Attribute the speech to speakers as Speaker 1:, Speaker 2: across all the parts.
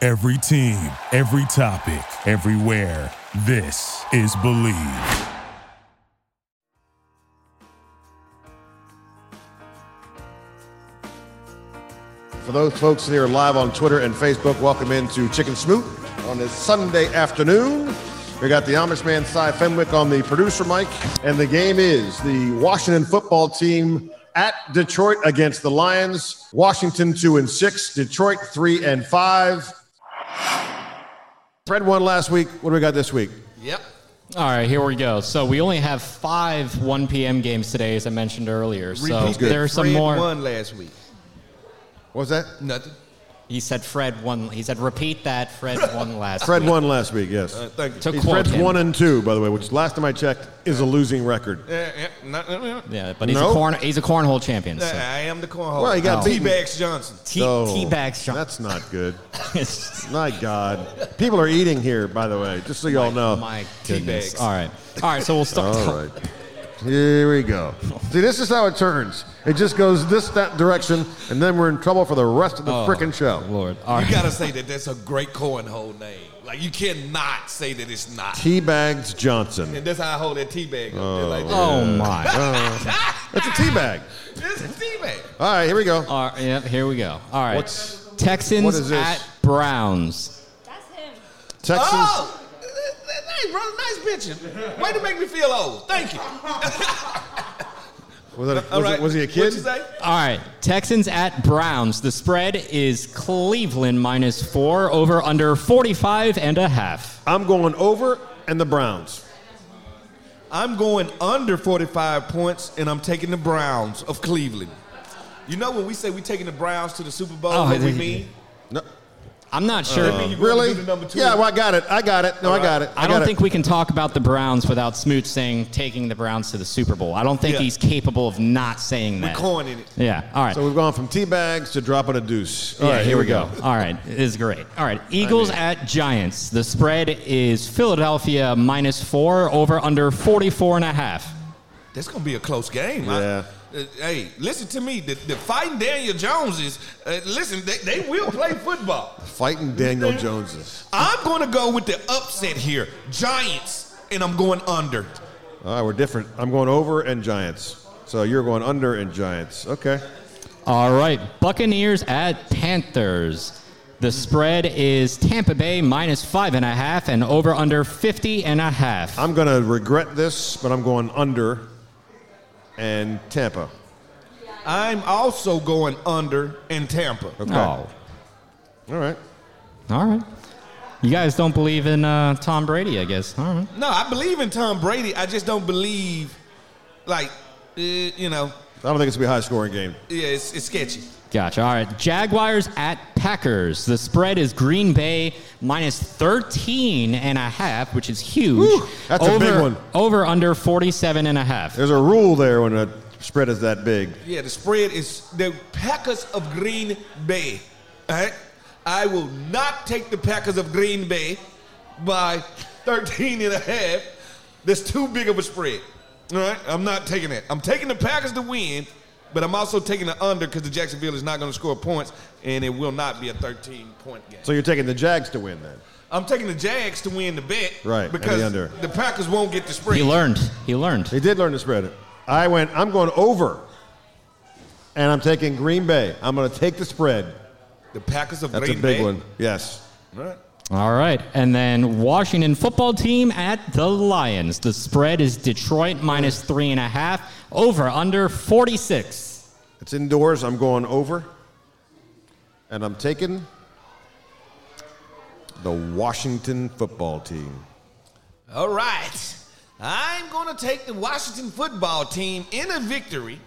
Speaker 1: Every team, every topic, everywhere. This is Believe.
Speaker 2: For those folks here live on Twitter and Facebook, welcome into Chicken Smoot on this Sunday afternoon. We got the Amish man Cy Fenwick on the producer mic, and the game is the Washington football team at Detroit against the Lions. Washington two and six, Detroit three and five. Fred won last week. What do we got this week?
Speaker 3: Yep. All right, here we go. So we only have five 1 p.m. games today, as I mentioned earlier. So
Speaker 2: Repeat,
Speaker 3: there are some
Speaker 4: Fred
Speaker 3: more.
Speaker 4: won last week.
Speaker 2: What was that?
Speaker 4: Nothing.
Speaker 3: He said Fred won. He said repeat that. Fred won last.
Speaker 2: Fred
Speaker 3: week.
Speaker 2: won last week. Yes.
Speaker 4: Uh, thank you.
Speaker 3: To
Speaker 2: He's
Speaker 3: quote
Speaker 2: Fred's
Speaker 3: him.
Speaker 2: one and two, by the way, which last time I checked is a losing record.
Speaker 4: Eh, eh, no, no, no.
Speaker 3: Yeah, but he's
Speaker 2: No.
Speaker 3: a corn. He's a cornhole champion.
Speaker 4: Nah,
Speaker 3: So.
Speaker 4: I am the cornhole.
Speaker 2: Well, you got
Speaker 4: T
Speaker 2: beaten.
Speaker 4: Bags Johnson.
Speaker 3: T-
Speaker 2: No.
Speaker 3: teabags John-
Speaker 2: That's not good. My God. People are eating here, by the way, just so y'all know.
Speaker 3: Oh My goodness.
Speaker 4: Teabags.
Speaker 3: All right. All right. So we'll start.
Speaker 2: All right. Here we go. See, this is how it turns. It just goes this that direction, and then we're in trouble for the rest of the
Speaker 3: Oh,
Speaker 2: frickin' show.
Speaker 3: Lord. All
Speaker 4: You
Speaker 3: right.
Speaker 4: gotta say that that's a great cornhole name. Like you cannot say that it's not.
Speaker 2: Teabags Johnson. Uh,
Speaker 4: and that's how I hold that T Bag. Oh, like,
Speaker 3: Oh my.
Speaker 2: It's a teabag.
Speaker 4: This is T Bag.
Speaker 2: All right, here we go.
Speaker 3: All right. Yep. Here we go. All right.
Speaker 2: What's-
Speaker 3: Texans
Speaker 2: what is this?
Speaker 3: at Browns.
Speaker 5: That's him.
Speaker 2: Texans.
Speaker 4: Oh, hey, brother, nice bitching. Way to make me feel old. Thank you.
Speaker 2: Was, that a, was,
Speaker 4: All
Speaker 2: it-
Speaker 4: right.
Speaker 2: was he a kid?
Speaker 4: What'd you say?
Speaker 3: All right. Texans at Browns. The spread is Cleveland minus four over under 45 and a half.
Speaker 2: I'm going over and the Browns.
Speaker 4: I'm going under 45 points, and I'm taking the Browns of Cleveland. You know when we say we're taking the Browns to the Super Bowl,
Speaker 3: Oh,
Speaker 4: what we
Speaker 3: yeah.
Speaker 4: mean?
Speaker 2: No,
Speaker 3: I'm not sure.
Speaker 2: Uh,
Speaker 4: You gonna
Speaker 2: really?
Speaker 4: do the number two?
Speaker 2: Yeah, well, I got it. I got it. No, I got it.
Speaker 3: I
Speaker 2: got
Speaker 3: don't
Speaker 2: it.
Speaker 3: think we can talk about the Browns without Smoot saying taking the Browns to the Super Bowl. I don't think
Speaker 4: Yeah.
Speaker 3: he's capable of not saying
Speaker 4: We're
Speaker 3: that.
Speaker 4: coining it.
Speaker 3: Yeah. All right.
Speaker 2: So we've gone from tea bags to dropping a deuce. All
Speaker 3: yeah,
Speaker 2: right, here, we go.
Speaker 3: All right. This is great. All right. Eagles at Giants. The spread is Philadelphia minus four over under 44 and a half.
Speaker 4: That's gonna be a close game. I-
Speaker 2: Yeah.
Speaker 4: uh, hey, listen to me. The, the fighting Daniel Joneses. Uh, listen, they, they will play football.
Speaker 2: Fighting Daniel Joneses.
Speaker 4: I'm gonna go with the upset here, Giants, and I'm going under.
Speaker 2: All right, we're different. I'm going over and Giants. So you're going under and Giants. Okay.
Speaker 3: All right. Buccaneers at Panthers. The spread is Tampa Bay minus five and a half and over under 50 and a half.
Speaker 2: I'm going to regret this, but I'm going under and Tampa.
Speaker 4: I'm also going under in Tampa.
Speaker 2: Okay.
Speaker 3: Oh.
Speaker 2: All right.
Speaker 3: All right. You guys don't believe in uh, Tom Brady, I guess. All right.
Speaker 4: No, I believe in Tom Brady. I just don't believe, like, uh, you know,
Speaker 2: I don't think it's going to be a high scoring game.
Speaker 4: yeah, it's, it's sketchy.
Speaker 3: Gotcha. All right. Jaguars at Packers. The spread is Green Bay minus 13 and a half, which is huge.
Speaker 2: Whew, that's a
Speaker 3: over,
Speaker 2: big one.
Speaker 3: Over under 47 and a half.
Speaker 2: There's a rule there when a spread is that big.
Speaker 4: Yeah, the spread is the Packers of Green Bay. All right? I will not take the Packers of Green Bay by 13 and a half. That's too big of a spread. All right? I'm not taking that. I'm taking the Packers to win, but I'm also taking the under because the Jacksonville is not going to score points, and it will not be a 13 point game.
Speaker 2: So you're taking the Jags to win then.
Speaker 4: I'm taking the Jags to win the bet.
Speaker 2: Right, and the
Speaker 4: Because
Speaker 2: under.
Speaker 4: the Packers won't get the spread.
Speaker 3: He learned. He learned.
Speaker 2: They did learn to spread it. I went, I'm going over and I'm taking Green Bay. I'm going to take the spread.
Speaker 4: The Packers of
Speaker 2: That's
Speaker 4: Green
Speaker 2: a
Speaker 4: Bay.
Speaker 2: big one. Yes.
Speaker 4: All right.
Speaker 3: All right. And then Washington football team at the Lions. The spread is Detroit minus three and a half, over under 46.
Speaker 2: It's indoors. I'm going over. And I'm taking the Washington football team.
Speaker 4: All right. I'm going to take the Washington football team in a victory,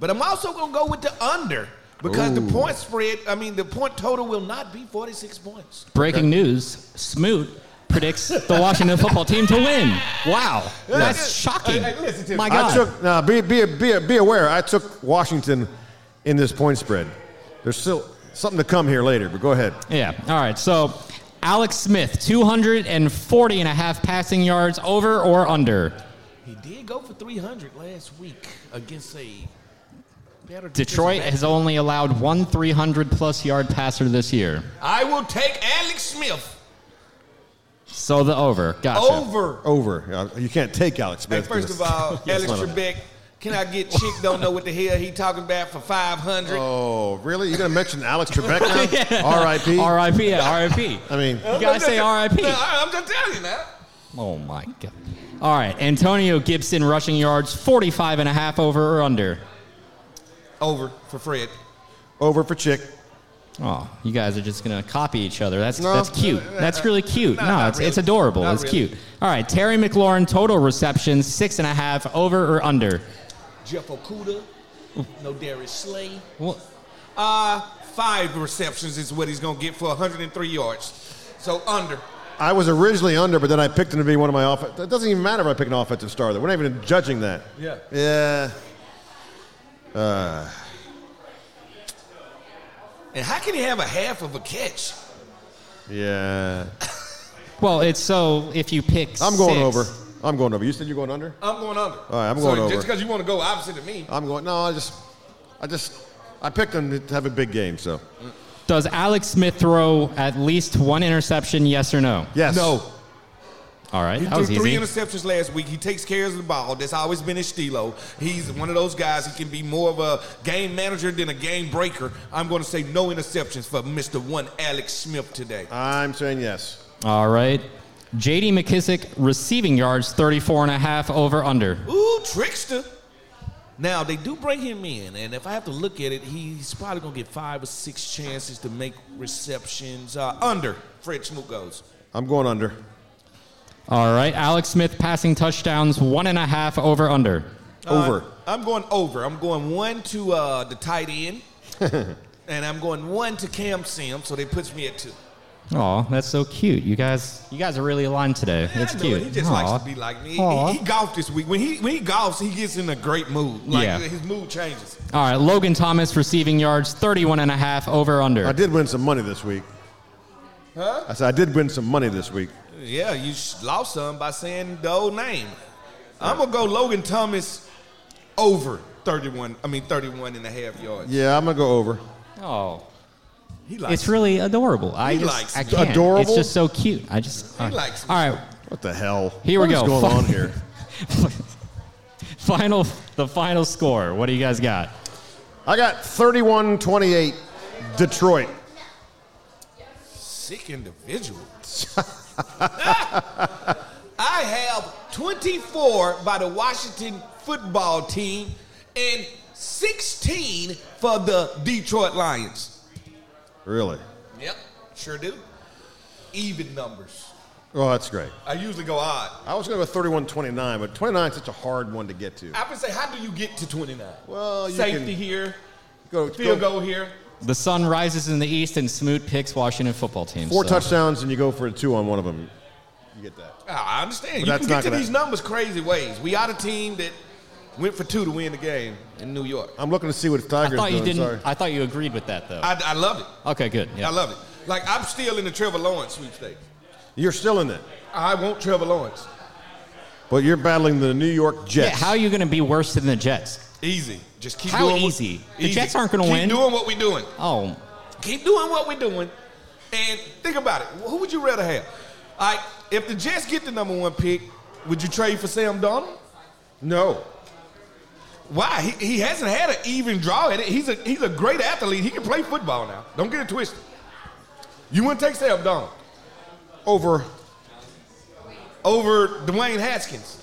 Speaker 4: but I'm also going to go with the under because the point spread, I mean, the point total will not be 46 points.
Speaker 3: Breaking news Smoot predicts the Washington football team to win. Wow. That's shocking.
Speaker 4: Hey, hey, listen to me.
Speaker 3: My God.
Speaker 2: I took now be, be, be, be aware. I took Washington in this point spread. There's still something to come here later, but go ahead.
Speaker 3: Yeah. All right. So Alex Smith, 240 and a half passing yards over or under.
Speaker 4: He did go for 300 last week against a
Speaker 3: Detroit has only allowed one 300 plus yard passer this year.
Speaker 4: I will take Alex Smith
Speaker 3: So the over. Gotcha.
Speaker 4: over.
Speaker 2: Over. Yeah, You can't take Alex
Speaker 4: Hey,
Speaker 2: Smith.
Speaker 4: first of all,
Speaker 2: Yes,
Speaker 4: Alex
Speaker 2: one of them.
Speaker 4: Trebek, can I get chick? Don't know what the hell he talking about for five hundred.
Speaker 2: Oh, really? You're going to mention Alex Trebek now? R.I.P.?
Speaker 3: RIP. Yeah, RIP.
Speaker 2: I mean,
Speaker 3: You gotta say RIP.
Speaker 4: I'm just telling you now.
Speaker 3: Oh my god. All right, Antonio Gibson rushing yards 45 and a half over or under.
Speaker 4: Over for Fred.
Speaker 2: over for Chick.
Speaker 3: Oh, you guys are just gonna copy each other. That's
Speaker 2: No.
Speaker 3: that's cute. That's really cute.
Speaker 4: No,
Speaker 3: No,
Speaker 4: not
Speaker 3: it's, it's
Speaker 4: really.
Speaker 3: adorable.
Speaker 4: Not
Speaker 3: it's
Speaker 4: really.
Speaker 3: cute. All right, Terry McLaurin total receptions six and a half over or under.
Speaker 4: Jeff Okuda, no Darius Slay.
Speaker 3: Well,
Speaker 4: Uh, five receptions is what he's gonna get for 103 yards. So under.
Speaker 2: I was originally under, but then I picked him to be one of my offense. It doesn't even matter if I pick an offensive star. Though. We're not even judging that.
Speaker 4: Yeah.
Speaker 2: Yeah.
Speaker 4: And how can he have a half of a catch?
Speaker 2: Yeah.
Speaker 3: well, it's so if you pick.
Speaker 2: I'm going
Speaker 3: six-
Speaker 2: over. I'm going over. You said you're going under?
Speaker 4: I'm going under. All
Speaker 2: right, I'm
Speaker 4: so
Speaker 2: going over.
Speaker 4: Just because you want to go opposite of me,
Speaker 2: I'm going. No, I just, I just, I picked him to have a big game. So
Speaker 3: Does Alex Smith throw at least one interception? Yes or no?
Speaker 2: yes.
Speaker 4: no.
Speaker 3: All right,
Speaker 4: He
Speaker 3: that was
Speaker 4: threw three
Speaker 3: easy.
Speaker 4: interceptions last week. He takes care of the ball. That's always been his stilo. He's one of those guys. He can be more of a game manager than a game breaker. I'm going to say no interceptions for Mr. One Alex Smith today.
Speaker 2: I'm saying yes.
Speaker 3: All right, J.D. McKissick receiving yards 34 and a half over under.
Speaker 4: Ooh, trickster. Now they do bring him in, and if I have to look at it, he's probably gonna get five or six chances to make receptions uh, under Fred Smoot goes.
Speaker 2: I'm going under.
Speaker 3: All right, Alex Smith passing touchdowns one and a half over under.
Speaker 2: Over.
Speaker 4: Uh, I'm going over. I'm going one to uh, the tight end, and I'm going one to Cam Sim, so they puts me at two.
Speaker 3: Oh, that's so cute. You guys, you guys are really aligned today.
Speaker 4: Yeah,
Speaker 3: it's
Speaker 4: I know
Speaker 3: cute.
Speaker 4: it. He just
Speaker 3: Aw.
Speaker 4: likes to be like me. He,
Speaker 3: Aw.
Speaker 4: he, he golfed this week. When he when he golfs, he gets in a great mood. Like
Speaker 3: Yeah.
Speaker 4: his mood changes.
Speaker 3: All right, Logan Thomas receiving yards 31 and a half over
Speaker 2: I
Speaker 3: under.
Speaker 2: did win some money this week. Huh? I said I did win some money this week.
Speaker 4: Yeah, you sh- lost some by saying the old name. I'm going to go Logan Thomas over 31, I mean 31 and a half yards.
Speaker 2: Yeah, I'm gonna go over.
Speaker 3: Oh,
Speaker 4: He likes
Speaker 3: it's really adorable. I
Speaker 4: He
Speaker 3: just,
Speaker 4: likes
Speaker 3: I
Speaker 4: me.
Speaker 3: can't.
Speaker 2: Adorable?
Speaker 3: It's just so cute. I just.
Speaker 4: He likes me.
Speaker 3: All right,
Speaker 2: What the hell?
Speaker 3: Here we
Speaker 2: What is
Speaker 3: go.
Speaker 2: going on here?
Speaker 3: final, the final score. What do you guys got?
Speaker 2: I got 31-28, Detroit.
Speaker 4: sick individual. I have 24 by the Washington football team and 16 for the Detroit Lions.
Speaker 2: Really?
Speaker 4: Yep, sure do. Even numbers.
Speaker 2: Oh, that's great.
Speaker 4: I usually go odd.
Speaker 2: I was gonna go 31-29, but 29 is such a hard one to get to.
Speaker 4: I would say, how do you get to 29?
Speaker 2: Well, you
Speaker 4: safety
Speaker 2: can-
Speaker 4: here,
Speaker 2: Go,
Speaker 4: field
Speaker 2: go
Speaker 4: goal here.
Speaker 3: The sun rises in the east, and Smoot picks Washington football team.
Speaker 2: four
Speaker 3: so-
Speaker 2: touchdowns and you go for a two on one of them. You get that.
Speaker 4: Ah, I understand. you
Speaker 2: that's
Speaker 4: can
Speaker 2: not
Speaker 4: get to
Speaker 2: gonna-
Speaker 4: these numbers crazy ways. We are the team that went for two to win the game in New York.
Speaker 2: I'm looking to see what the
Speaker 3: I
Speaker 2: Tigers
Speaker 3: thought you
Speaker 2: doing.
Speaker 3: didn't.
Speaker 2: Sorry.
Speaker 3: I thought you agreed with that though.
Speaker 4: I, I love it.
Speaker 3: okay, good. Yeah.
Speaker 4: I love it. Like, I'm still in the Trevor Lawrence sweepstakes.
Speaker 2: You're still in it,
Speaker 4: I want Trevor Lawrence.
Speaker 2: but you're battling the New York
Speaker 3: Yeah,
Speaker 2: Jets.
Speaker 3: how are you going to be worse than the Jets?
Speaker 4: Easy. Just keep
Speaker 3: How
Speaker 4: doing what-
Speaker 3: easy? The Jets aren't gonna
Speaker 4: Keep
Speaker 3: win.
Speaker 4: doing what we're doing.
Speaker 3: Oh,
Speaker 4: Keep doing what we're doing. And think about it. Who would you rather have? Like, if the Jets get the number one pick, would you trade for Sam Donald?
Speaker 2: no.
Speaker 4: Why? He, he hasn't had an even draw at it. He's a he's a great athlete. He can play football now. Don't get it twisted. You wouldn't take Sam Donald
Speaker 2: Over.
Speaker 4: over Dwayne Haskins.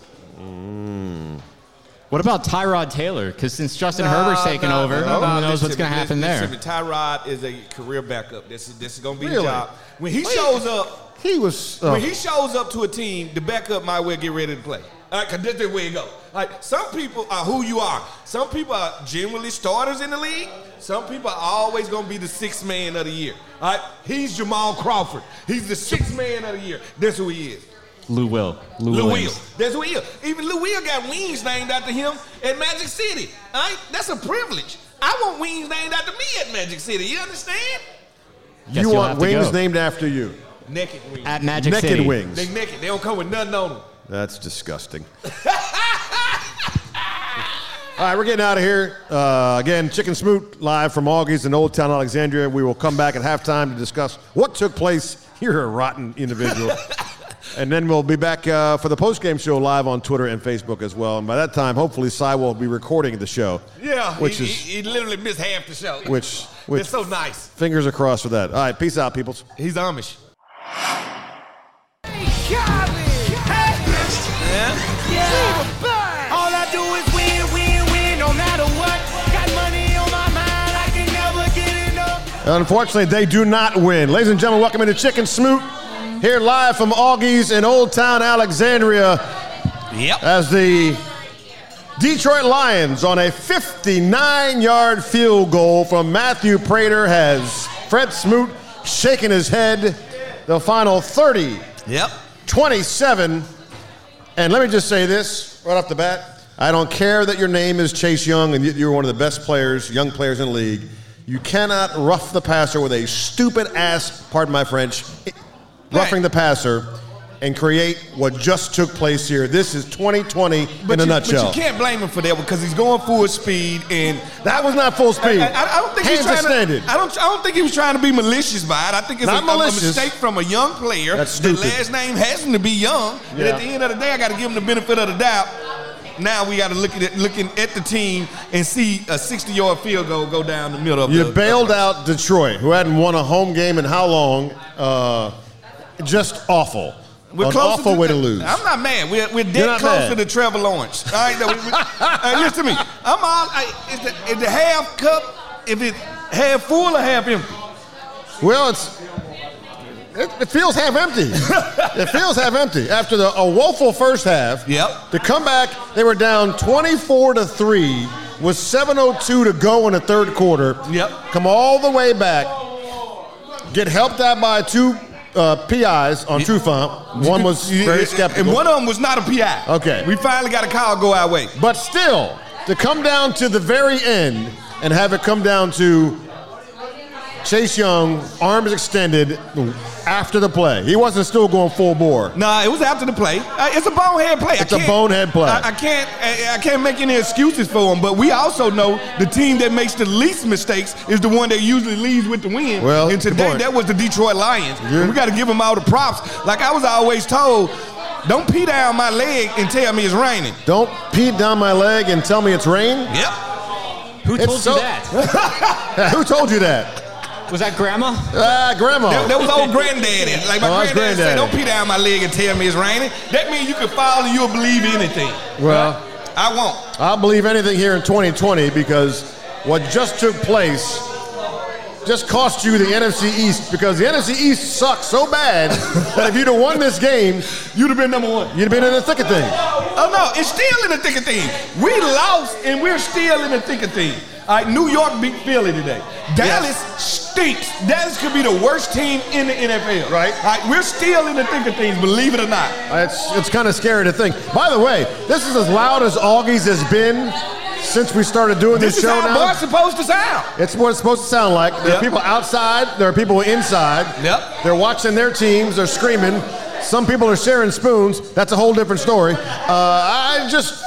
Speaker 3: What about Tyrod Taylor? Because since Justin
Speaker 4: Nah,
Speaker 3: Herbert's taken
Speaker 4: nah,
Speaker 3: over,
Speaker 4: nah,
Speaker 3: no
Speaker 4: nah,
Speaker 3: one knows
Speaker 4: listen
Speaker 3: what's
Speaker 4: to me,
Speaker 3: going to happen
Speaker 4: listen
Speaker 3: there.
Speaker 4: to me. Tyrod is a career backup. This is this is gonna be his
Speaker 2: Really?
Speaker 4: job. When he
Speaker 2: Wait.
Speaker 4: shows up,
Speaker 2: He was. Uh,
Speaker 4: when he shows up to a team, the backup might well get ready to play. Like, 'cause that's the way it go. Like some people are who you are. Some people are generally starters in the league. Some people are always gonna be the sixth man of the year. All right, he's Jamal Crawford. He's the sixth man of the year. That's who he is.
Speaker 3: Lou Will. Lou,
Speaker 4: Lou
Speaker 3: Williams.
Speaker 4: Will. That's who he is. Even Lou Will got wings named after him at Magic City. All right? That's a privilege. I want wings named after me at Magic City. You understand?
Speaker 3: Guess
Speaker 2: you
Speaker 3: you'll
Speaker 2: want
Speaker 3: have to
Speaker 2: wings
Speaker 3: go.
Speaker 2: named after you.
Speaker 4: Naked wings.
Speaker 3: At Magic
Speaker 2: Naked
Speaker 3: City.
Speaker 2: wings.
Speaker 4: they naked. They don't come with nothing on them.
Speaker 2: That's disgusting. All right, we're getting out of here. Uh, again, Chicken Smoot live from Augie's in Old Town Alexandria. We will come back at halftime to discuss what took place. You're a rotten individual. and then we'll be back uh, for the postgame show live on Twitter and Facebook as well. And by that time, hopefully, Cy will be recording the show.
Speaker 4: Yeah,
Speaker 2: Which
Speaker 4: he,
Speaker 2: is-
Speaker 4: he, he literally missed half the show.
Speaker 2: Which, which
Speaker 4: it's so nice.
Speaker 2: fingers are crossed for that. All right, peace out, peoples.
Speaker 4: He's Amish.
Speaker 5: All I do is win, win, win, no matter what. Got money on my mind, I can never get enough.
Speaker 2: Unfortunately, they do not win. Ladies and gentlemen, welcome into Chicken Smoot here live from Augie's in Old Town Alexandria.
Speaker 4: Yep.
Speaker 2: as the Detroit Lions on a 59-yard field goal from Matthew Prater has Fred Smoot shaking his head. The final 30,
Speaker 4: Yep.
Speaker 2: 27, and let me just say this right off the bat: I don't care that your name is Chase Young and you- you're one of the best players, young players in the league. You cannot rough the passer with a stupid ass, pardon my French, roughing the passer. And create what just took place here. This is 2020 in a
Speaker 4: you,
Speaker 2: nutshell.
Speaker 4: But you can't blame him for that because he's going full speed and
Speaker 2: That was not full speed.
Speaker 4: I, I- I don't think he's
Speaker 2: Hands
Speaker 4: trying
Speaker 2: extended.
Speaker 4: to. I don't. I don't think he was trying to be malicious by it. I think it's
Speaker 2: Not
Speaker 4: a, a- a
Speaker 2: malicious.
Speaker 4: mistake from a young player.
Speaker 2: That's
Speaker 4: The
Speaker 2: stupid.
Speaker 4: last name hasn't to be Young. And
Speaker 2: Yeah.
Speaker 4: at the end of the day, I got to give him the benefit of the doubt. Now we got to look at it, looking at the team and see a 60-yard field goal go down the middle of
Speaker 2: you
Speaker 4: the.
Speaker 2: bailed out Detroit, who hadn't won a home game in how long? Uh, just awful.
Speaker 4: We're
Speaker 2: An
Speaker 4: closer
Speaker 2: awful way to
Speaker 4: the-
Speaker 2: lose.
Speaker 4: I'm not mad. We're, we're
Speaker 2: You're
Speaker 4: dead
Speaker 2: not
Speaker 4: close
Speaker 2: mad.
Speaker 4: to the Trevor Lawrence. All right, no, we- we- Hey, listen to me. I'm all. I, is, the, is the half cup? If it's half full or half empty?
Speaker 2: Well, it's it, it feels half empty. it feels half empty after the a woeful first half.
Speaker 4: Yep.
Speaker 2: To come back, they were down 24 to three with 7:02 to go in the third quarter.
Speaker 4: Yep.
Speaker 2: Come all the way back. Get helped out by two uh, PIs on True Font. One was very skeptical.
Speaker 4: And one of them was not a PI.
Speaker 2: Okay.
Speaker 4: We finally got a call go our way.
Speaker 2: But still, to come down to the very end and have it come down to Chase Young, arms extended after the play. He wasn't still going full bore.
Speaker 4: Nah, it was after the play. Uh, it's a bonehead play. I
Speaker 2: It's a
Speaker 4: can't-
Speaker 2: bonehead play.
Speaker 4: I, I can't. I, I can't make any excuses for him. But we also know the team that makes the least mistakes is the one that usually leaves with the win.
Speaker 2: Well,
Speaker 4: and
Speaker 2: good
Speaker 4: today
Speaker 2: point.
Speaker 4: that was the Detroit Lions.
Speaker 2: Yeah.
Speaker 4: We got to give them all the props. Like I was always told, don't pee down my leg and tell me it's raining.
Speaker 2: Don't pee down my leg and tell me it's rain.
Speaker 4: Yep.
Speaker 3: Who
Speaker 2: It's
Speaker 3: told
Speaker 2: so-
Speaker 3: you that?
Speaker 2: Who told you that?
Speaker 3: Was that grandma?
Speaker 2: Ah,
Speaker 4: That,
Speaker 2: grandma.
Speaker 4: that was old granddaddy. Like my
Speaker 2: Oh, that's
Speaker 4: granddaddy, said,
Speaker 2: granddaddy.
Speaker 4: "Don't pee down my leg and tell me it's raining." That means you can fall and you'll believe anything.
Speaker 2: Well,
Speaker 4: I won't.
Speaker 2: I'll believe anything here in 2020 because what just took place just cost you the NFC East because the NFC East sucks so bad that if you'd have won this game,
Speaker 4: You'd have been number one.
Speaker 2: you'd have been in the thick of things.
Speaker 4: Oh no, it's still in the thick of things. We lost and we're still in the thick of things. All right, New York beat Philly today. Dallas stinks. Dallas could be the worst team in the NFL.
Speaker 2: Right.
Speaker 4: All right, we're still in the thick of things, believe it or not.
Speaker 2: It's, it's kind of scary to think. By the way, this is as loud as Augie's has been since we started doing this,
Speaker 4: This is
Speaker 2: show
Speaker 4: how
Speaker 2: now.
Speaker 4: boys supposed to sound.
Speaker 2: It's what it's supposed to sound like. There are
Speaker 4: Yep.
Speaker 2: people outside, there are people inside.
Speaker 4: Yep.
Speaker 2: They're watching their teams, they're screaming. Some people are sharing spoons. That's a whole different story. Uh, I just.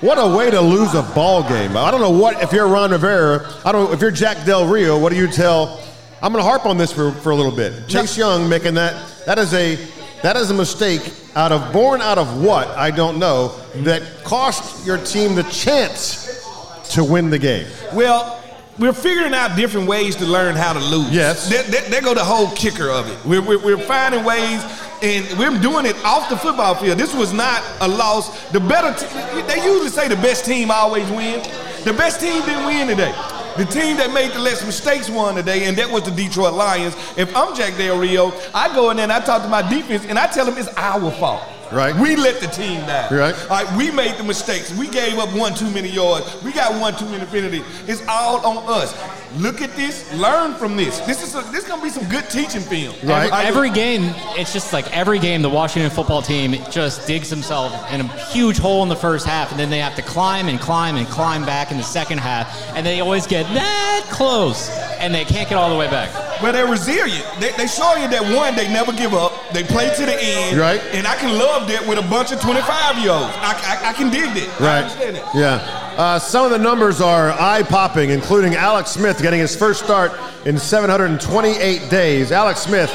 Speaker 2: What a way to lose a ball game. I don't know what, if you're Ron Rivera, I don't know, if you're Jack Del Rio, what do you tell? I'm going to harp on this for, for a little bit. Chase Young making that, that is a, that is a mistake out of, born out of what, I don't know, that cost your team the chance to win the game.
Speaker 4: Well, we're figuring out different ways to learn how to lose.
Speaker 2: Yes.
Speaker 4: There, there- there go the whole kicker of it. We're, we're, we're finding ways, and we're doing it off the football field. This was not a loss. The better, te- they usually say the best team always wins. The best team didn't win today. The team that made the less mistakes won today, and that was the Detroit Lions. If I'm Jack Del Rio, I go in there and I talk to my defense, and I tell them it's our fault.
Speaker 2: Right.
Speaker 4: We let the team down.
Speaker 2: Right.
Speaker 4: All right, we made the mistakes. We gave up one too many yards. We got one too many penalties. It's all on us. Look at this. Learn from this. This is a, this gonna be some good teaching film.
Speaker 2: Right.
Speaker 4: I-
Speaker 3: Every game, it's just like every game, the Washington football team just digs themselves in a huge hole in the first half, and then they have to climb and climb and climb back in the second half, and they always get that close, and they can't get all the way back.
Speaker 4: But they're resilient. They, they show you that one, they never give up. They play to the end.
Speaker 2: Right.
Speaker 4: And I can love that with a bunch of 25 year olds. I, I, I can dig that. I
Speaker 2: Right.
Speaker 4: understand it.
Speaker 2: Yeah. Uh, some of the numbers are eye popping, including Alex Smith getting his first start in 728 days. Alex Smith,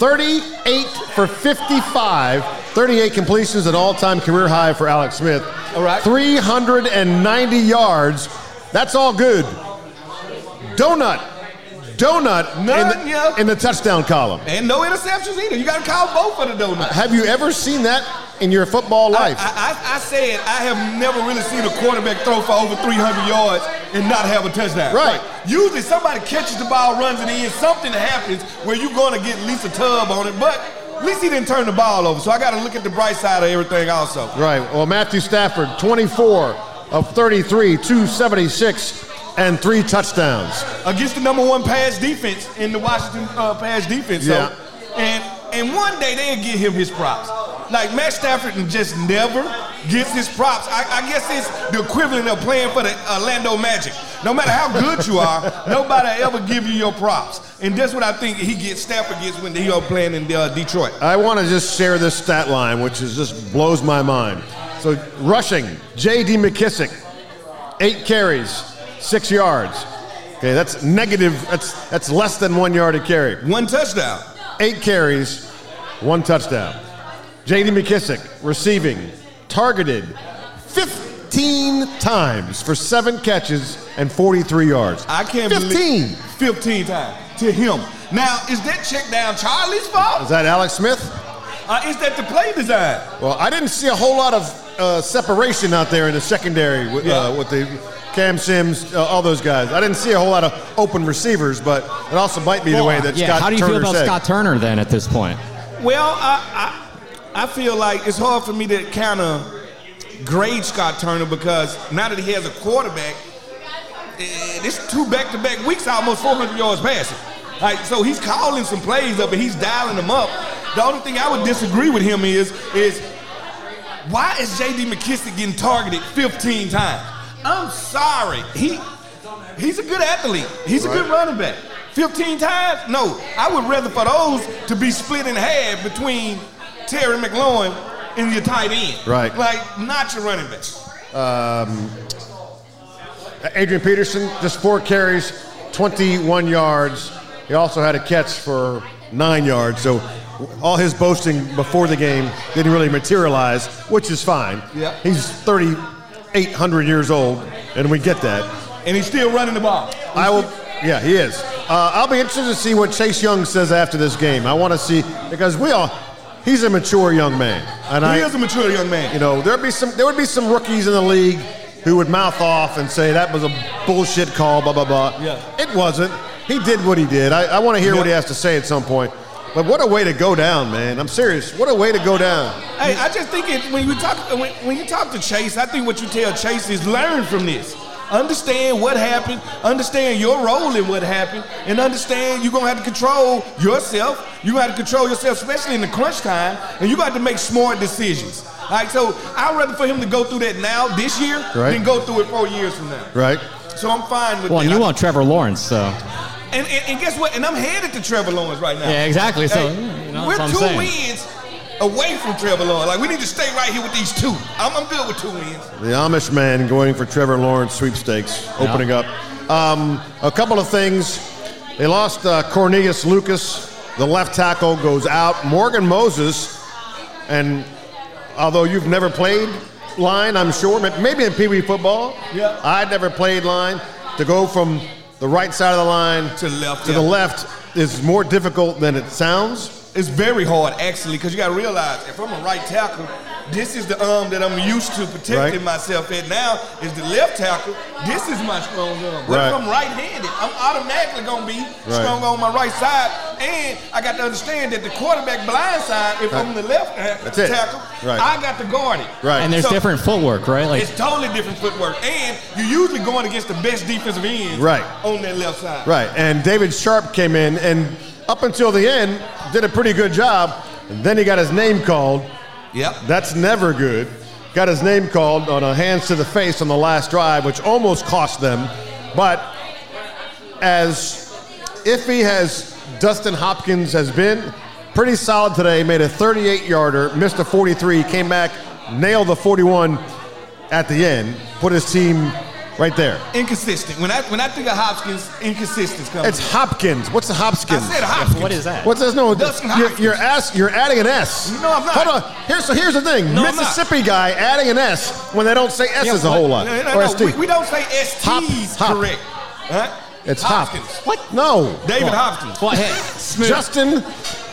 Speaker 2: 38 for 55, 38 completions, an all time career high for Alex Smith.
Speaker 4: All right.
Speaker 2: 390 yards. That's all good. Donut. Donut in,
Speaker 4: None,
Speaker 2: the,
Speaker 4: yeah.
Speaker 2: in the touchdown column.
Speaker 4: And no interceptions either. You got to count both for the donut.
Speaker 2: Have you ever seen that in your football
Speaker 4: I,
Speaker 2: life?
Speaker 4: I, I said I have never really seen a quarterback throw for over 300 yards and not have a touchdown.
Speaker 2: Right.
Speaker 4: Like, usually somebody catches the ball, runs it in, something happens where you're going to get at least a tub on it, but at least he didn't turn the ball over. So I got to look at the bright side of everything also.
Speaker 2: Right. Well, Matthew Stafford, 24 of 33, 276, and three touchdowns.
Speaker 4: against the number one pass defense in the Washington uh, pass defense.
Speaker 2: Yeah.
Speaker 4: So, and and one day they'll give him his props. Like Matt Stafford just never gets his props. I, I guess it's the equivalent of playing for the Orlando Magic. No matter how good you are, nobody ever give you your props. And that's what I think he gets Stafford gets when he are playing in uh, Detroit.
Speaker 2: I want to just share this stat line, which is just blows my mind. So, rushing, J.D. McKissick, eight carries, six yards. Okay, that's negative. That's that's less than one yard a carry.
Speaker 4: One touchdown.
Speaker 2: eight carries, one touchdown. J.D. McKissick receiving, targeted 15 times for seven catches and 43 yards.
Speaker 4: I can't
Speaker 2: 15.
Speaker 4: believe 15 times to him. Now, is that check down Charlie's
Speaker 2: Is
Speaker 4: fault?
Speaker 2: that Alex Smith?
Speaker 4: Or is that the play design?
Speaker 2: Well, I didn't see a whole lot of uh, separation out there in the secondary with,
Speaker 4: Yeah.
Speaker 2: uh, with the Cam Sims, uh, all those guys. I didn't see a whole lot of open receivers, but it also might be the way that
Speaker 3: yeah,
Speaker 2: Scott
Speaker 3: how do you
Speaker 2: Turner
Speaker 3: feel about
Speaker 2: said.
Speaker 3: Scott Turner then at this point?
Speaker 4: Well, I, I I feel like it's hard for me to kind of grade Scott Turner because now that he has a quarterback, eh, this two back-to-back weeks almost 400 yards passing. Like so, he's calling some plays up and he's dialing them up. The only thing I would disagree with him is is why is J.D. McKissick getting targeted 15 times? I'm sorry, he he's a good athlete. He's a good running back. 15 times? No, I would rather for those to be split in half between Terry McLaurin and your tight end.
Speaker 2: Right.
Speaker 4: Like not your running back.
Speaker 2: Uh, Adrian Peterson, just four carries, 21 yards. He also had a catch for nine yards. So all his boasting before the game didn't really materialize, which is fine.
Speaker 4: Yeah.
Speaker 2: He's 3,800 years old, and we get that.
Speaker 4: and he's still running the ball.
Speaker 2: I will. Yeah, he is. Uh, I'll be interested to see what Chase Young says after this game. I want to see because we all. He's a mature young man, and I.
Speaker 4: he is a mature young man.
Speaker 2: You know, there'd be some there would be some rookies in the league who would mouth off and say that was a bullshit call, blah blah blah.
Speaker 4: Yeah.
Speaker 2: It wasn't. He did what he did. I, I want to hear what he has to say at some point. But what a way to go down, man. I'm serious. What a way to go down.
Speaker 4: Hey, I just think it, when you talk when, when you talk to Chase, I think what you tell Chase is learn from this. Understand what happened, understand your role in what happened, and understand you're gonna have to control yourself. You gotta control yourself, especially in the crunch time, and you got to make smart decisions. All right, so I'd rather for him to go through that now, this year,
Speaker 2: Right.
Speaker 4: than go through it four years from now.
Speaker 2: Right?
Speaker 4: So I'm fine with
Speaker 3: Well,
Speaker 4: that.
Speaker 3: and you
Speaker 4: I-
Speaker 3: want Trevor Lawrence, so
Speaker 4: And, and, and guess what? And I'm headed to Trevor Lawrence right now.
Speaker 3: Yeah, exactly. So,
Speaker 4: Hey,
Speaker 3: you know,
Speaker 4: we're
Speaker 3: that's what I'm
Speaker 4: two
Speaker 3: saying.
Speaker 4: wins away from Trevor Lawrence. Like we need to stay right here with these two. I'm, I'm good with two wins.
Speaker 2: The Amish man going for Trevor Lawrence sweepstakes, opening up. Um, a couple of things. They lost uh, Cornelius Lucas. The left tackle goes out. Morgan Moses, and although you've never played line, I'm sure, may- maybe in Pee Wee football,
Speaker 4: Yeah.
Speaker 2: I'd never played line. To go from the right side of the line
Speaker 4: To the left,
Speaker 2: to
Speaker 4: yeah.
Speaker 2: the left is more difficult than it sounds.
Speaker 4: It's very hard actually because you got to realize if I'm a right tackle, this is the arm that I'm used to protecting
Speaker 2: Right.
Speaker 4: myself at. Now is the left tackle. This is my strong arm. But
Speaker 2: Right.
Speaker 4: if I'm right-handed, I'm automatically gonna be
Speaker 2: Right.
Speaker 4: strong on my right side. And I got to understand that the quarterback blind side, if I'm the left uh,
Speaker 2: That's it.
Speaker 4: tackle,
Speaker 2: Right.
Speaker 4: I got to guard it.
Speaker 2: Right.
Speaker 3: and there's
Speaker 4: So-
Speaker 3: different footwork, right? Like
Speaker 4: It's totally different footwork, and you're usually going against the best defensive end
Speaker 2: Right.
Speaker 4: on that left side.
Speaker 2: Right, and David Sharp came in, and up until the end, did a pretty good job. And then he got his name called.
Speaker 4: Yep.
Speaker 2: That's never good. Got his name called on a hands to the face on the last drive, which almost cost them. But as iffy as Dustin Hopkins has been, pretty solid today. Made a 38 yarder, missed a 43, came back, nailed the 41, at the end, put his team right there.
Speaker 4: Inconsistent. When I when I think of Hopkins, inconsistence comes.
Speaker 2: It's Hopkins. What's the
Speaker 4: I
Speaker 2: Hopkins?
Speaker 4: said Hopkins.
Speaker 3: What is that?
Speaker 2: What's this? No,
Speaker 4: Dustin
Speaker 2: you're,
Speaker 4: Hopkins.
Speaker 2: you're, ass, you're adding an S.
Speaker 4: No, I'm not.
Speaker 2: Hold on. Here's, so here's the thing.
Speaker 4: No, I'm not.
Speaker 2: Mississippi guy adding an S when they don't say S's a whole lot.
Speaker 4: No, no,
Speaker 2: or
Speaker 4: no.
Speaker 2: ST.
Speaker 4: We, we don't say STs
Speaker 2: Hop- hop.
Speaker 4: correct. Huh?
Speaker 2: it's
Speaker 4: Hopkins.
Speaker 2: Hopkins.
Speaker 3: What?
Speaker 2: No.
Speaker 4: David
Speaker 2: Come on.
Speaker 4: Hopkins.
Speaker 3: Well, hey, Smoot,
Speaker 2: Justin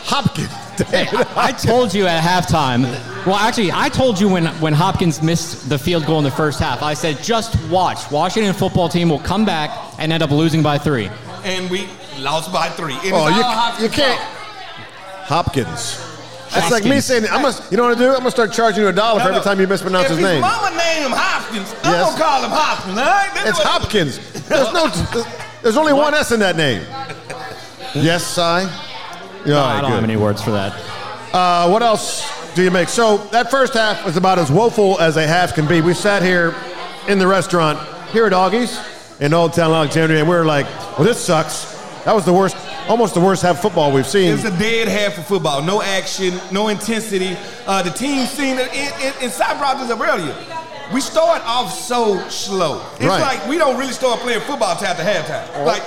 Speaker 2: Hopkins.
Speaker 3: hey,
Speaker 2: David
Speaker 3: I, I told you at halftime. Well, actually, I told you when, when Hopkins missed the field goal in the first half. I said, just watch. Washington football team will come back and end up losing by three.
Speaker 4: And we lost by three. And
Speaker 2: Oh,
Speaker 4: it's
Speaker 2: you,
Speaker 4: all Hopkins'
Speaker 2: you can't.
Speaker 4: fault.
Speaker 2: Hopkins. That's like me
Speaker 3: Hopkins.
Speaker 2: saying, I'm gonna, you know what I'm gonna do? I'm gonna start charging you a dollar
Speaker 4: No,
Speaker 2: for every
Speaker 4: no.
Speaker 2: time you mispronounce
Speaker 4: if
Speaker 2: his name.
Speaker 4: His mama named him Hopkins.
Speaker 2: Yes.
Speaker 4: I'm gonna call him Hopkins. All right? That's
Speaker 2: It's
Speaker 4: what-
Speaker 2: Hopkins. There's no. There's only one S in that name. Yes, I. Yeah, all
Speaker 3: I
Speaker 2: right,
Speaker 3: don't have
Speaker 2: good.
Speaker 3: any words for that.
Speaker 2: Uh, what else do you make? So that first half was about as woeful as a half can be. We sat here in the restaurant here at Augie's in Old Town Alexandria, and we were like, "Well, this sucks. That was the worst, almost the worst half of football we've seen."
Speaker 4: It's a dead half of football. No action, no intensity. Uh, the team seen it in, in, in side brothers of earlier. We start off so slow. It's
Speaker 2: Right. Oh.
Speaker 4: like we don't really start playing football till after halftime. Like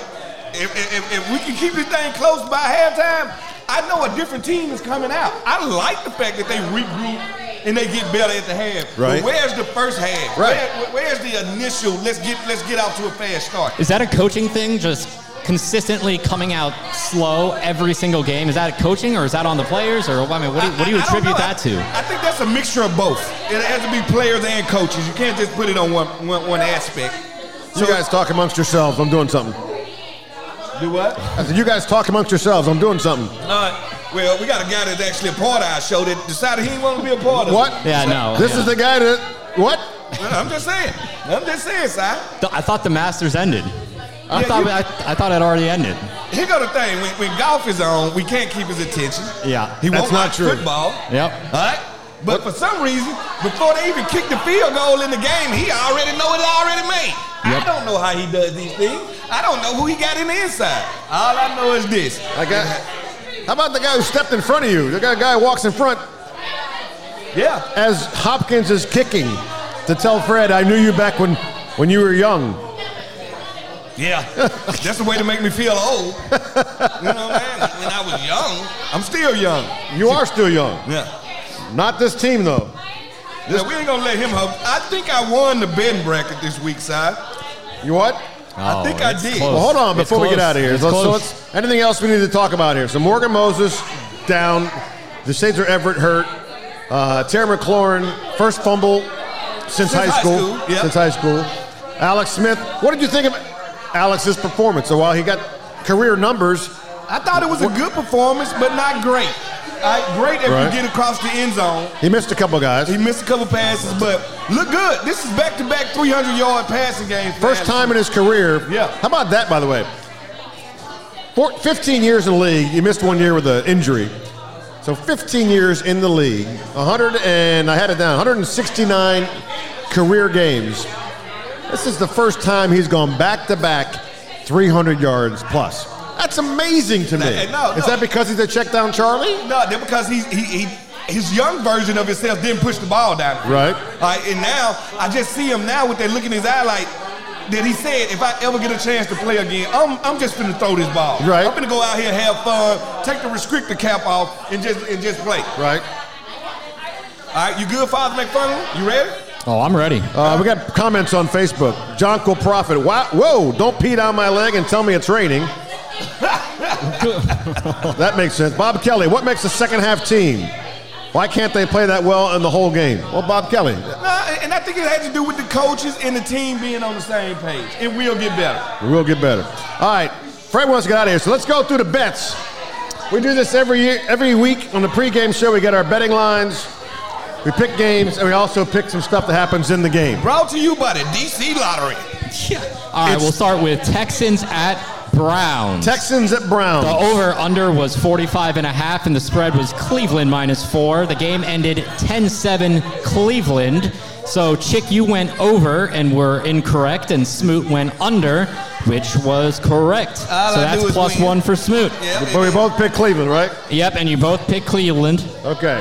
Speaker 4: if, if, if- if we can keep this thing close by halftime, I know a different team is coming out. I like the fact that they regroup and they get better at the half.
Speaker 2: Right.
Speaker 4: But where's the first half?
Speaker 2: Right.
Speaker 4: Where- where's the initial? Let's get let's get out to a fast start.
Speaker 3: Is that a coaching thing? Just consistently coming out slow every single game? Is that coaching or is that on the players? Or I mean, what do you, what do you
Speaker 4: I- I- I don't
Speaker 3: attribute
Speaker 4: know.
Speaker 3: that to?
Speaker 4: I think that's a mixture of both. It has to be players and coaches. You can't just put it on one, one, one aspect.
Speaker 2: you guys talk amongst yourselves. I'm doing something.
Speaker 4: Do what?
Speaker 2: I said, "You guys talk amongst yourselves. I'm doing something."
Speaker 4: Uh, well, we got a guy that's actually a part of our show that decided he didn't want to be a part of it.
Speaker 2: What?
Speaker 3: Yeah, no.
Speaker 2: This
Speaker 3: yeah.
Speaker 2: is the guy that. What?
Speaker 4: Well, I'm just saying. I'm just saying, Si.
Speaker 3: Th- I thought the Masters ended. I
Speaker 4: Yeah,
Speaker 3: thought
Speaker 4: you-
Speaker 3: I, I thought it already ended.
Speaker 4: Here go the thing. When, when golf is on, we can't keep his attention.
Speaker 3: Yeah,
Speaker 4: He
Speaker 2: that's
Speaker 4: won't
Speaker 2: not
Speaker 4: watch
Speaker 2: true.
Speaker 4: football.
Speaker 3: Yep.
Speaker 4: All right? But for some reason, before they even kick the field goal in the game, he already know it already made. I
Speaker 3: Yep.
Speaker 4: don't know how he does these things. I don't know who he got in the inside. All I know is this.
Speaker 2: I got. How about the guy who stepped in front of you? The guy, guy walks in front
Speaker 4: Yeah.
Speaker 2: as Hopkins is kicking to tell Fred, "I knew you back when when you were young."
Speaker 4: Yeah. That's the way to make me feel old. You know, man. When I was young, I'm still young.
Speaker 2: You are still young.
Speaker 4: Yeah.
Speaker 2: Not this team though.
Speaker 4: Yeah, we ain't gonna let him hope. I think I won the Ben bracket this week, side.
Speaker 2: You what?
Speaker 4: I think I did.
Speaker 2: Well, hold on
Speaker 3: Oh, It's
Speaker 2: before we get
Speaker 3: close.
Speaker 2: out of here.
Speaker 3: It's
Speaker 2: So- so
Speaker 3: close.
Speaker 2: it's- anything else we need to talk about here? So Morgan Moses down. The Shazer Everett hurt. Uh, Terry McLaurin first fumble since, high,
Speaker 4: high
Speaker 2: school.
Speaker 4: school, yeah.
Speaker 2: Since high school. Alex Smith. What did you think of Alex's performance? So while he got career numbers,
Speaker 4: I thought it was a good performance, but not great. All right, great if
Speaker 2: Right.
Speaker 4: you get across the end zone.
Speaker 2: he missed a couple guys.
Speaker 4: He missed a couple passes, but look good. This is back-to-back 300-yard passing games. for
Speaker 2: First
Speaker 4: Allen.
Speaker 2: time in his career.
Speaker 4: Yeah.
Speaker 2: How about that, by the way? Four, 15 years in the league. You missed one year with an injury. So 15 years in the league. 100 and I had it down. 169 career games. This is the first time he's gone back to back 300 yards plus. That's amazing to me.
Speaker 4: Hey, no,
Speaker 2: Is
Speaker 4: no.
Speaker 2: that because he's a check down Charlie?
Speaker 4: No, that because he, he he his young version of himself didn't push the ball down.
Speaker 2: Right.
Speaker 4: All right, and now I just see him now with that look in his eye, like that he said, if I ever get a chance to play again, I'm I'm just gonna throw this ball.
Speaker 2: Right.
Speaker 4: I'm gonna go out here and have fun, take the restrictor cap off, and just and just play.
Speaker 2: Right.
Speaker 4: All right, you good, Father McFarland? You ready?
Speaker 3: Oh, I'm ready.
Speaker 2: Uh, we got comments on Facebook. John Profit. Wow, whoa, don't pee down my leg and tell me it's raining. that makes sense. Bob Kelly, what makes the second half team? Why can't they play that well in the whole game? Well, Bob Kelly,
Speaker 4: Nah, and I think it had to do with the coaches and the team being on the same page. It will get better.
Speaker 2: we will get better. All right, Fred wants to get out of here, so let's go through the bets. We do this every year, every week on the pregame show. We get our betting lines, we pick games, and we also pick some stuff that happens in the game.
Speaker 4: Brought to you by the DC Lottery.
Speaker 3: All right,
Speaker 2: It's-
Speaker 3: we'll start with Texans at Browns.
Speaker 2: Texans at Browns.
Speaker 3: The over under was 45 and a half, and the spread was Cleveland minus four. The game ended 10 7 Cleveland. So, Chick, you went over and were incorrect, and Smoot went under, which was correct.
Speaker 4: All
Speaker 3: so,
Speaker 4: I
Speaker 3: that's
Speaker 4: do is
Speaker 3: plus
Speaker 4: win.
Speaker 3: one for Smoot.
Speaker 2: But we both picked Cleveland, right?
Speaker 3: Yep, and you both picked Cleveland,
Speaker 2: Okay.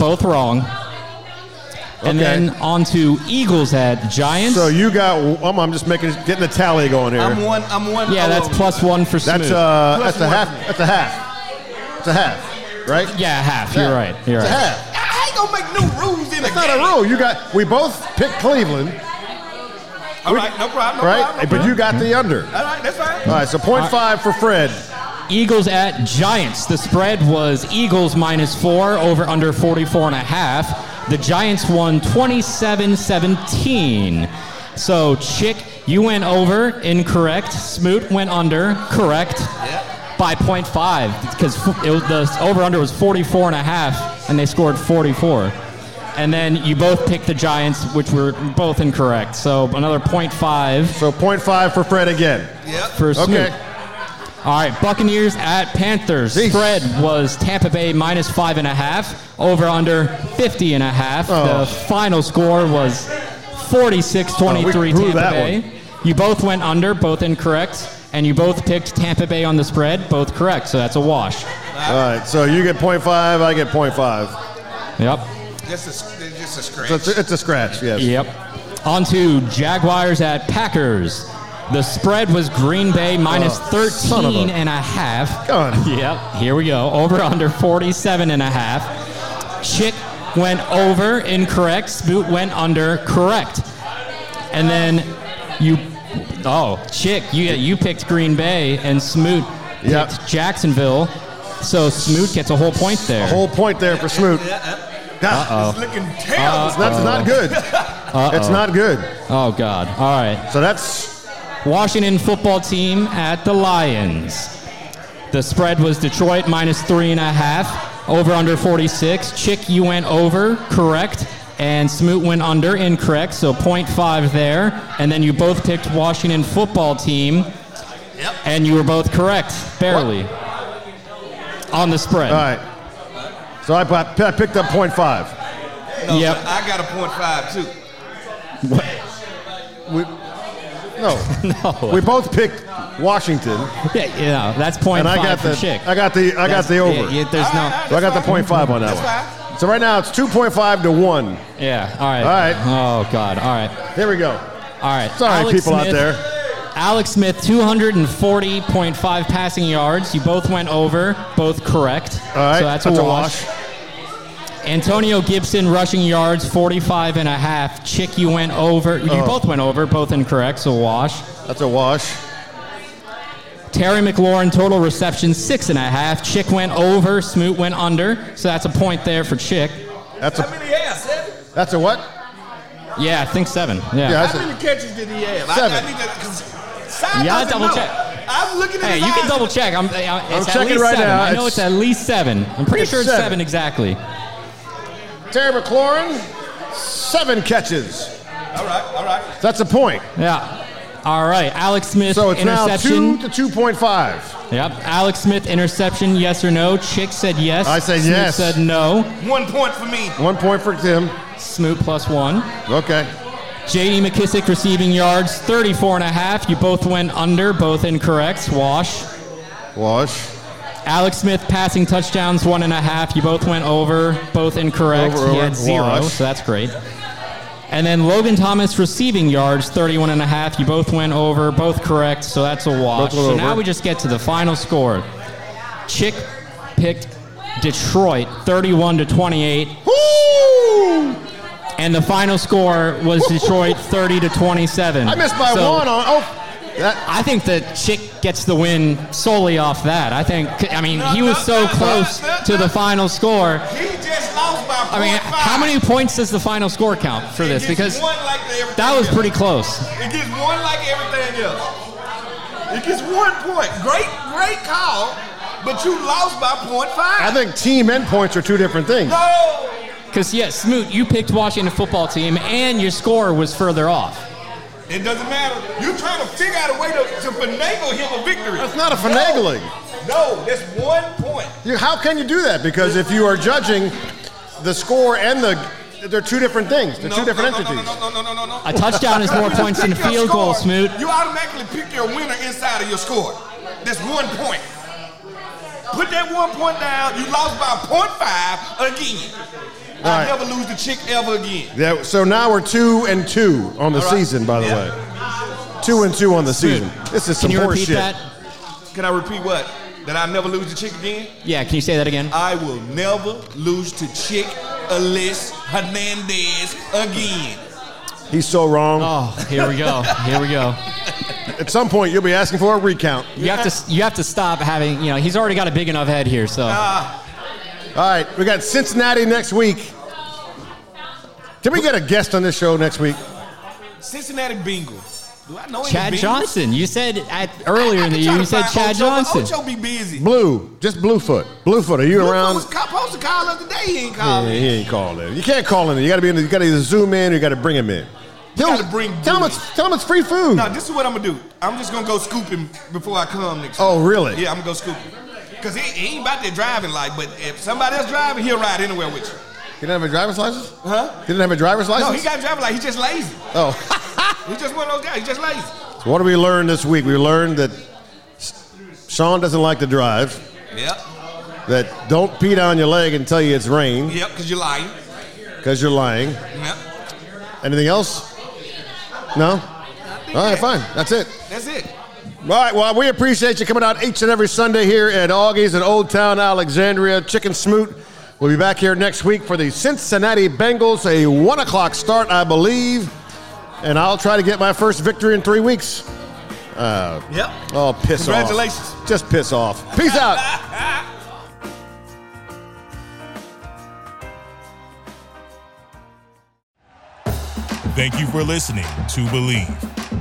Speaker 3: both wrong. And
Speaker 2: Okay.
Speaker 3: then on to Eagles at Giants.
Speaker 2: So you got. I'm, I'm just making getting the tally going here.
Speaker 4: I'm one. I'm one.
Speaker 3: yeah, that's
Speaker 4: over.
Speaker 3: plus one for Smooth.
Speaker 2: that's uh,
Speaker 4: Plus
Speaker 2: that's a
Speaker 4: one.
Speaker 2: half. That's a half. It's a half, right?
Speaker 3: yeah, half. You're right. You're
Speaker 2: it's a
Speaker 3: right.
Speaker 2: half.
Speaker 4: I ain't gonna make no rules in
Speaker 2: It's not a rule. You got. We both picked Cleveland,
Speaker 4: All right, no problem. No
Speaker 2: right?
Speaker 3: Uh-huh.
Speaker 4: Problem, no
Speaker 2: but you
Speaker 4: problem.
Speaker 2: got the under.
Speaker 4: All right, that's fine.
Speaker 2: All right. So
Speaker 3: Uh,
Speaker 2: point five for Fred.
Speaker 3: Eagles at Giants. The spread was Eagles minus four over under 44 and a half. The Giants won 27-17. So Chick, you went over, incorrect. Smoot went under, correct. By 0.5 because f- it was, the over under was 44 and a half and they scored 44. And then you both picked the Giants, which were both incorrect. So another 0.5
Speaker 2: So point five for Fred again.
Speaker 4: Yep.
Speaker 3: for Smoot.
Speaker 2: Okay.
Speaker 3: All right, Buccaneers at Panthers.
Speaker 2: Jeez.
Speaker 3: Spread was Tampa Bay minus five and a half, over under 50 and a half.
Speaker 2: Oh.
Speaker 3: The final score was 46 23
Speaker 2: Oh, we
Speaker 3: Tampa
Speaker 2: blew that
Speaker 3: Bay.
Speaker 2: one.
Speaker 3: You both went under, both incorrect, and you both picked Tampa Bay on the spread, both correct, so that's a wash.
Speaker 2: All right. So you get point five. I get point five.
Speaker 3: Yep.
Speaker 4: Just a, there's just a scratch.
Speaker 2: So it's, it's a scratch. Yes.
Speaker 3: Yep. On to Jaguars at Packers. The spread was Green Bay minus
Speaker 2: Oh, son of a-
Speaker 3: 13 and a half.
Speaker 2: God.
Speaker 3: Yep, here we go. Over under 47 and a half. Chick went over, incorrect. Smoot went under, correct. And then you, oh, Chick, you, you picked Green Bay and Smoot picked
Speaker 2: Yep.
Speaker 3: Jacksonville. So Smoot gets a whole point there.
Speaker 2: Whole point there for Smoot. God,
Speaker 4: It's looking terrible.
Speaker 3: Uh,
Speaker 2: That's not good. It's not good.
Speaker 3: oh, God. All right.
Speaker 2: So that's
Speaker 3: Washington football team at the Lions. The spread was Detroit minus three and a half, over under 46. Chick, you went over, correct. And Smoot went under, incorrect. So 0.5 there. And then you both picked Washington football team. And you were both correct, barely. On the spread.
Speaker 2: all right. So I, pi- I picked up point five.
Speaker 4: No,
Speaker 3: Yep.
Speaker 4: but I got a point five too.
Speaker 2: We, no,
Speaker 3: No.
Speaker 2: we both picked Washington,
Speaker 3: yeah, you know, that's 0.5
Speaker 2: and I got
Speaker 3: for
Speaker 2: the
Speaker 3: Chick.
Speaker 2: I got the I got
Speaker 3: That's-
Speaker 2: the over.
Speaker 3: yeah, yeah, there's no.
Speaker 2: So I got the point five on that
Speaker 4: That's
Speaker 2: one. So right now it's two point five to one.
Speaker 3: Yeah, all right.
Speaker 2: All right.
Speaker 3: Oh, God. All right.
Speaker 2: There we go.
Speaker 3: All right.
Speaker 2: Sorry,
Speaker 3: Alex
Speaker 2: people out
Speaker 3: Smith-
Speaker 2: there.
Speaker 3: Alex Smith, 240.5 passing yards. You both went over, both correct.
Speaker 2: All right,
Speaker 3: So that's,
Speaker 2: that's
Speaker 3: a,
Speaker 2: a
Speaker 3: wash. Antonio Gibson rushing yards, 45 and a half. Chick, you went over. You
Speaker 2: Oh.
Speaker 3: both went over, both incorrect, so wash.
Speaker 2: That's a wash.
Speaker 3: Terry McLaurin, total receptions, six and a half. Chick went over, Smoot went under, so that's a point there for Chick.
Speaker 2: That's
Speaker 4: How
Speaker 2: a
Speaker 4: many has? Seven?
Speaker 2: that's a what?
Speaker 3: Yeah, I think seven. Yeah.
Speaker 2: Yeah, that's
Speaker 4: How
Speaker 2: a,
Speaker 4: many catches did he have? I,
Speaker 2: Seven.
Speaker 4: I need to. 'cause Side
Speaker 3: Yeah, I'll
Speaker 4: doesn't
Speaker 3: double
Speaker 4: know.
Speaker 3: check.
Speaker 4: I'm looking at
Speaker 3: Hey,
Speaker 4: his
Speaker 3: you can
Speaker 4: eyes.
Speaker 3: double check. I'm, I- it's at
Speaker 2: checking
Speaker 3: least
Speaker 2: right
Speaker 3: seven.
Speaker 2: now.
Speaker 3: I know
Speaker 2: It's-
Speaker 3: it's, at least seven. I'm pretty
Speaker 2: It's
Speaker 3: sure it's
Speaker 2: seven.
Speaker 3: seven exactly.
Speaker 2: Terry McLaurin, seven catches.
Speaker 4: All right, all right.
Speaker 2: That's a point.
Speaker 3: Yeah. All right, Alex Smith
Speaker 2: So it's now two
Speaker 3: interception.
Speaker 2: to two point five.
Speaker 3: Yep. Alex Smith interception. Yes or no? Chick said yes.
Speaker 2: I said
Speaker 3: Smoot
Speaker 2: yes.
Speaker 3: Said no.
Speaker 4: One point for me.
Speaker 2: One point for Tim.
Speaker 3: Smoot plus one.
Speaker 2: Okay.
Speaker 3: J.D. McKissick receiving yards 34 and a half. You both went under. Both incorrect. Wash.
Speaker 2: Wash.
Speaker 3: Alex Smith passing touchdowns one and a half. You both went over, both incorrect.
Speaker 2: Over,
Speaker 3: he
Speaker 2: over,
Speaker 3: had zero,
Speaker 2: wash.
Speaker 3: so that's great. And then Logan Thomas receiving yards, 31 and a half. You both went over, both correct, so that's a
Speaker 2: Both went
Speaker 3: wash. So
Speaker 2: over.
Speaker 3: now we just get to the final score. Chick picked Detroit 31 to 28.
Speaker 2: Woo!
Speaker 3: And the final score was Detroit 30 to 27.
Speaker 2: I missed by
Speaker 3: So
Speaker 2: one on. Oh, that,
Speaker 3: I think that Chick gets the win solely off that. I think, I mean, he was so close to the final score.
Speaker 4: He just lost by
Speaker 3: I mean,
Speaker 4: point five.
Speaker 3: how many points does the final score count for
Speaker 4: It
Speaker 3: this?
Speaker 4: gets
Speaker 3: Because
Speaker 4: one like everything
Speaker 3: that was
Speaker 4: else.
Speaker 3: pretty close.
Speaker 4: It gets one like everything else. It gets one point. Great, great call, but you lost by point
Speaker 2: I
Speaker 4: five.
Speaker 2: think team end points are two different things.
Speaker 4: No.
Speaker 3: Because, yes, Smoot, you picked Washington football team and your score was further off.
Speaker 4: It doesn't matter. You're trying to figure out a way to, to finagle him a victory.
Speaker 2: That's not a finagling.
Speaker 4: No, that's one point.
Speaker 2: You, how can you do that? Because if you are judging the score and the, they're two different things. They're
Speaker 4: No,
Speaker 2: two different
Speaker 4: no, no,
Speaker 2: entities.
Speaker 4: No, no, no, no, no, no, no.
Speaker 3: A touchdown is more
Speaker 4: You
Speaker 3: points than a
Speaker 4: pick your
Speaker 3: field goal,
Speaker 4: score.
Speaker 3: Smoot.
Speaker 4: You automatically pick your winner inside of your score. That's one point. Put that one point down. You lost by point five again.
Speaker 2: right.
Speaker 4: I never lose the chick ever again.
Speaker 2: Yeah, so now we're two and two on the
Speaker 4: All right.
Speaker 2: season, by the
Speaker 4: Yeah.
Speaker 2: way. Two and two on the season. This is some
Speaker 3: Can you
Speaker 2: horse
Speaker 3: repeat
Speaker 2: shit.
Speaker 3: that?
Speaker 4: Can I repeat what? That I never lose the chick again?
Speaker 3: Yeah, can you say that again?
Speaker 4: I will never lose to chick Alice Hernandez again.
Speaker 2: He's so wrong.
Speaker 3: Oh, here we go. Here we go.
Speaker 2: At some point, you'll be asking for a recount.
Speaker 3: You have to you have to stop having, you know, he's already got a big enough head here, so
Speaker 2: All right, we got Cincinnati next week. Did we get a guest on this show next week?
Speaker 4: Cincinnati Bengals. Do I know any
Speaker 3: Chad
Speaker 4: Bengals?
Speaker 3: Johnson, you said at earlier in the year you said Chad Johnson. Oh,
Speaker 4: Ocho be busy.
Speaker 2: Blue, just Bluefoot. Bluefoot, are you
Speaker 4: Look, I
Speaker 2: around?
Speaker 4: was supposed to call us today. He ain't
Speaker 2: Yeah,
Speaker 4: calling.
Speaker 2: he ain't calling. You can't call him. You got to be. In the, you got to either zoom in or you got to bring him in. Tell
Speaker 4: gotta
Speaker 2: him-
Speaker 4: bring
Speaker 2: tell him
Speaker 4: Bluey.
Speaker 2: it's tell him it's free food.
Speaker 4: Now this is what I'm gonna do. I'm just gonna go scoop him before I come next.
Speaker 2: Oh, really?
Speaker 4: Yeah, I'm gonna go scoop him. Cause he, he ain't about that driving light, but if somebody else driving, he'll ride anywhere with you.
Speaker 2: He didn't have a driver's license.
Speaker 4: Huh?
Speaker 2: He didn't have a driver's
Speaker 4: No,
Speaker 2: license.
Speaker 4: he got driving light. He's just lazy.
Speaker 2: oh,
Speaker 4: He's just one of those guys. He's just lazy.
Speaker 2: so what did we learn this week? We learned that S- Sean doesn't like to drive.
Speaker 4: Yep.
Speaker 2: That don't pee down your leg and tell you it's rain
Speaker 4: Yep. Cause you're lying. né?
Speaker 2: because you're lying.
Speaker 4: Yep.
Speaker 2: Anything else? No. All right, fine. That's it.
Speaker 4: That's it.
Speaker 2: All right, well, we appreciate you coming out each and every Sunday here at Augie's in Old Town, Alexandria. Chicken Smoot. We'll be back here next week for the Cincinnati Bengals, a one o'clock start, I believe. And I'll try to get my first victory in three weeks.
Speaker 4: Yep.
Speaker 2: Oh, piss off.
Speaker 4: Congratulations.
Speaker 2: Just piss off. Peace out.
Speaker 1: Thank you for listening to Believe.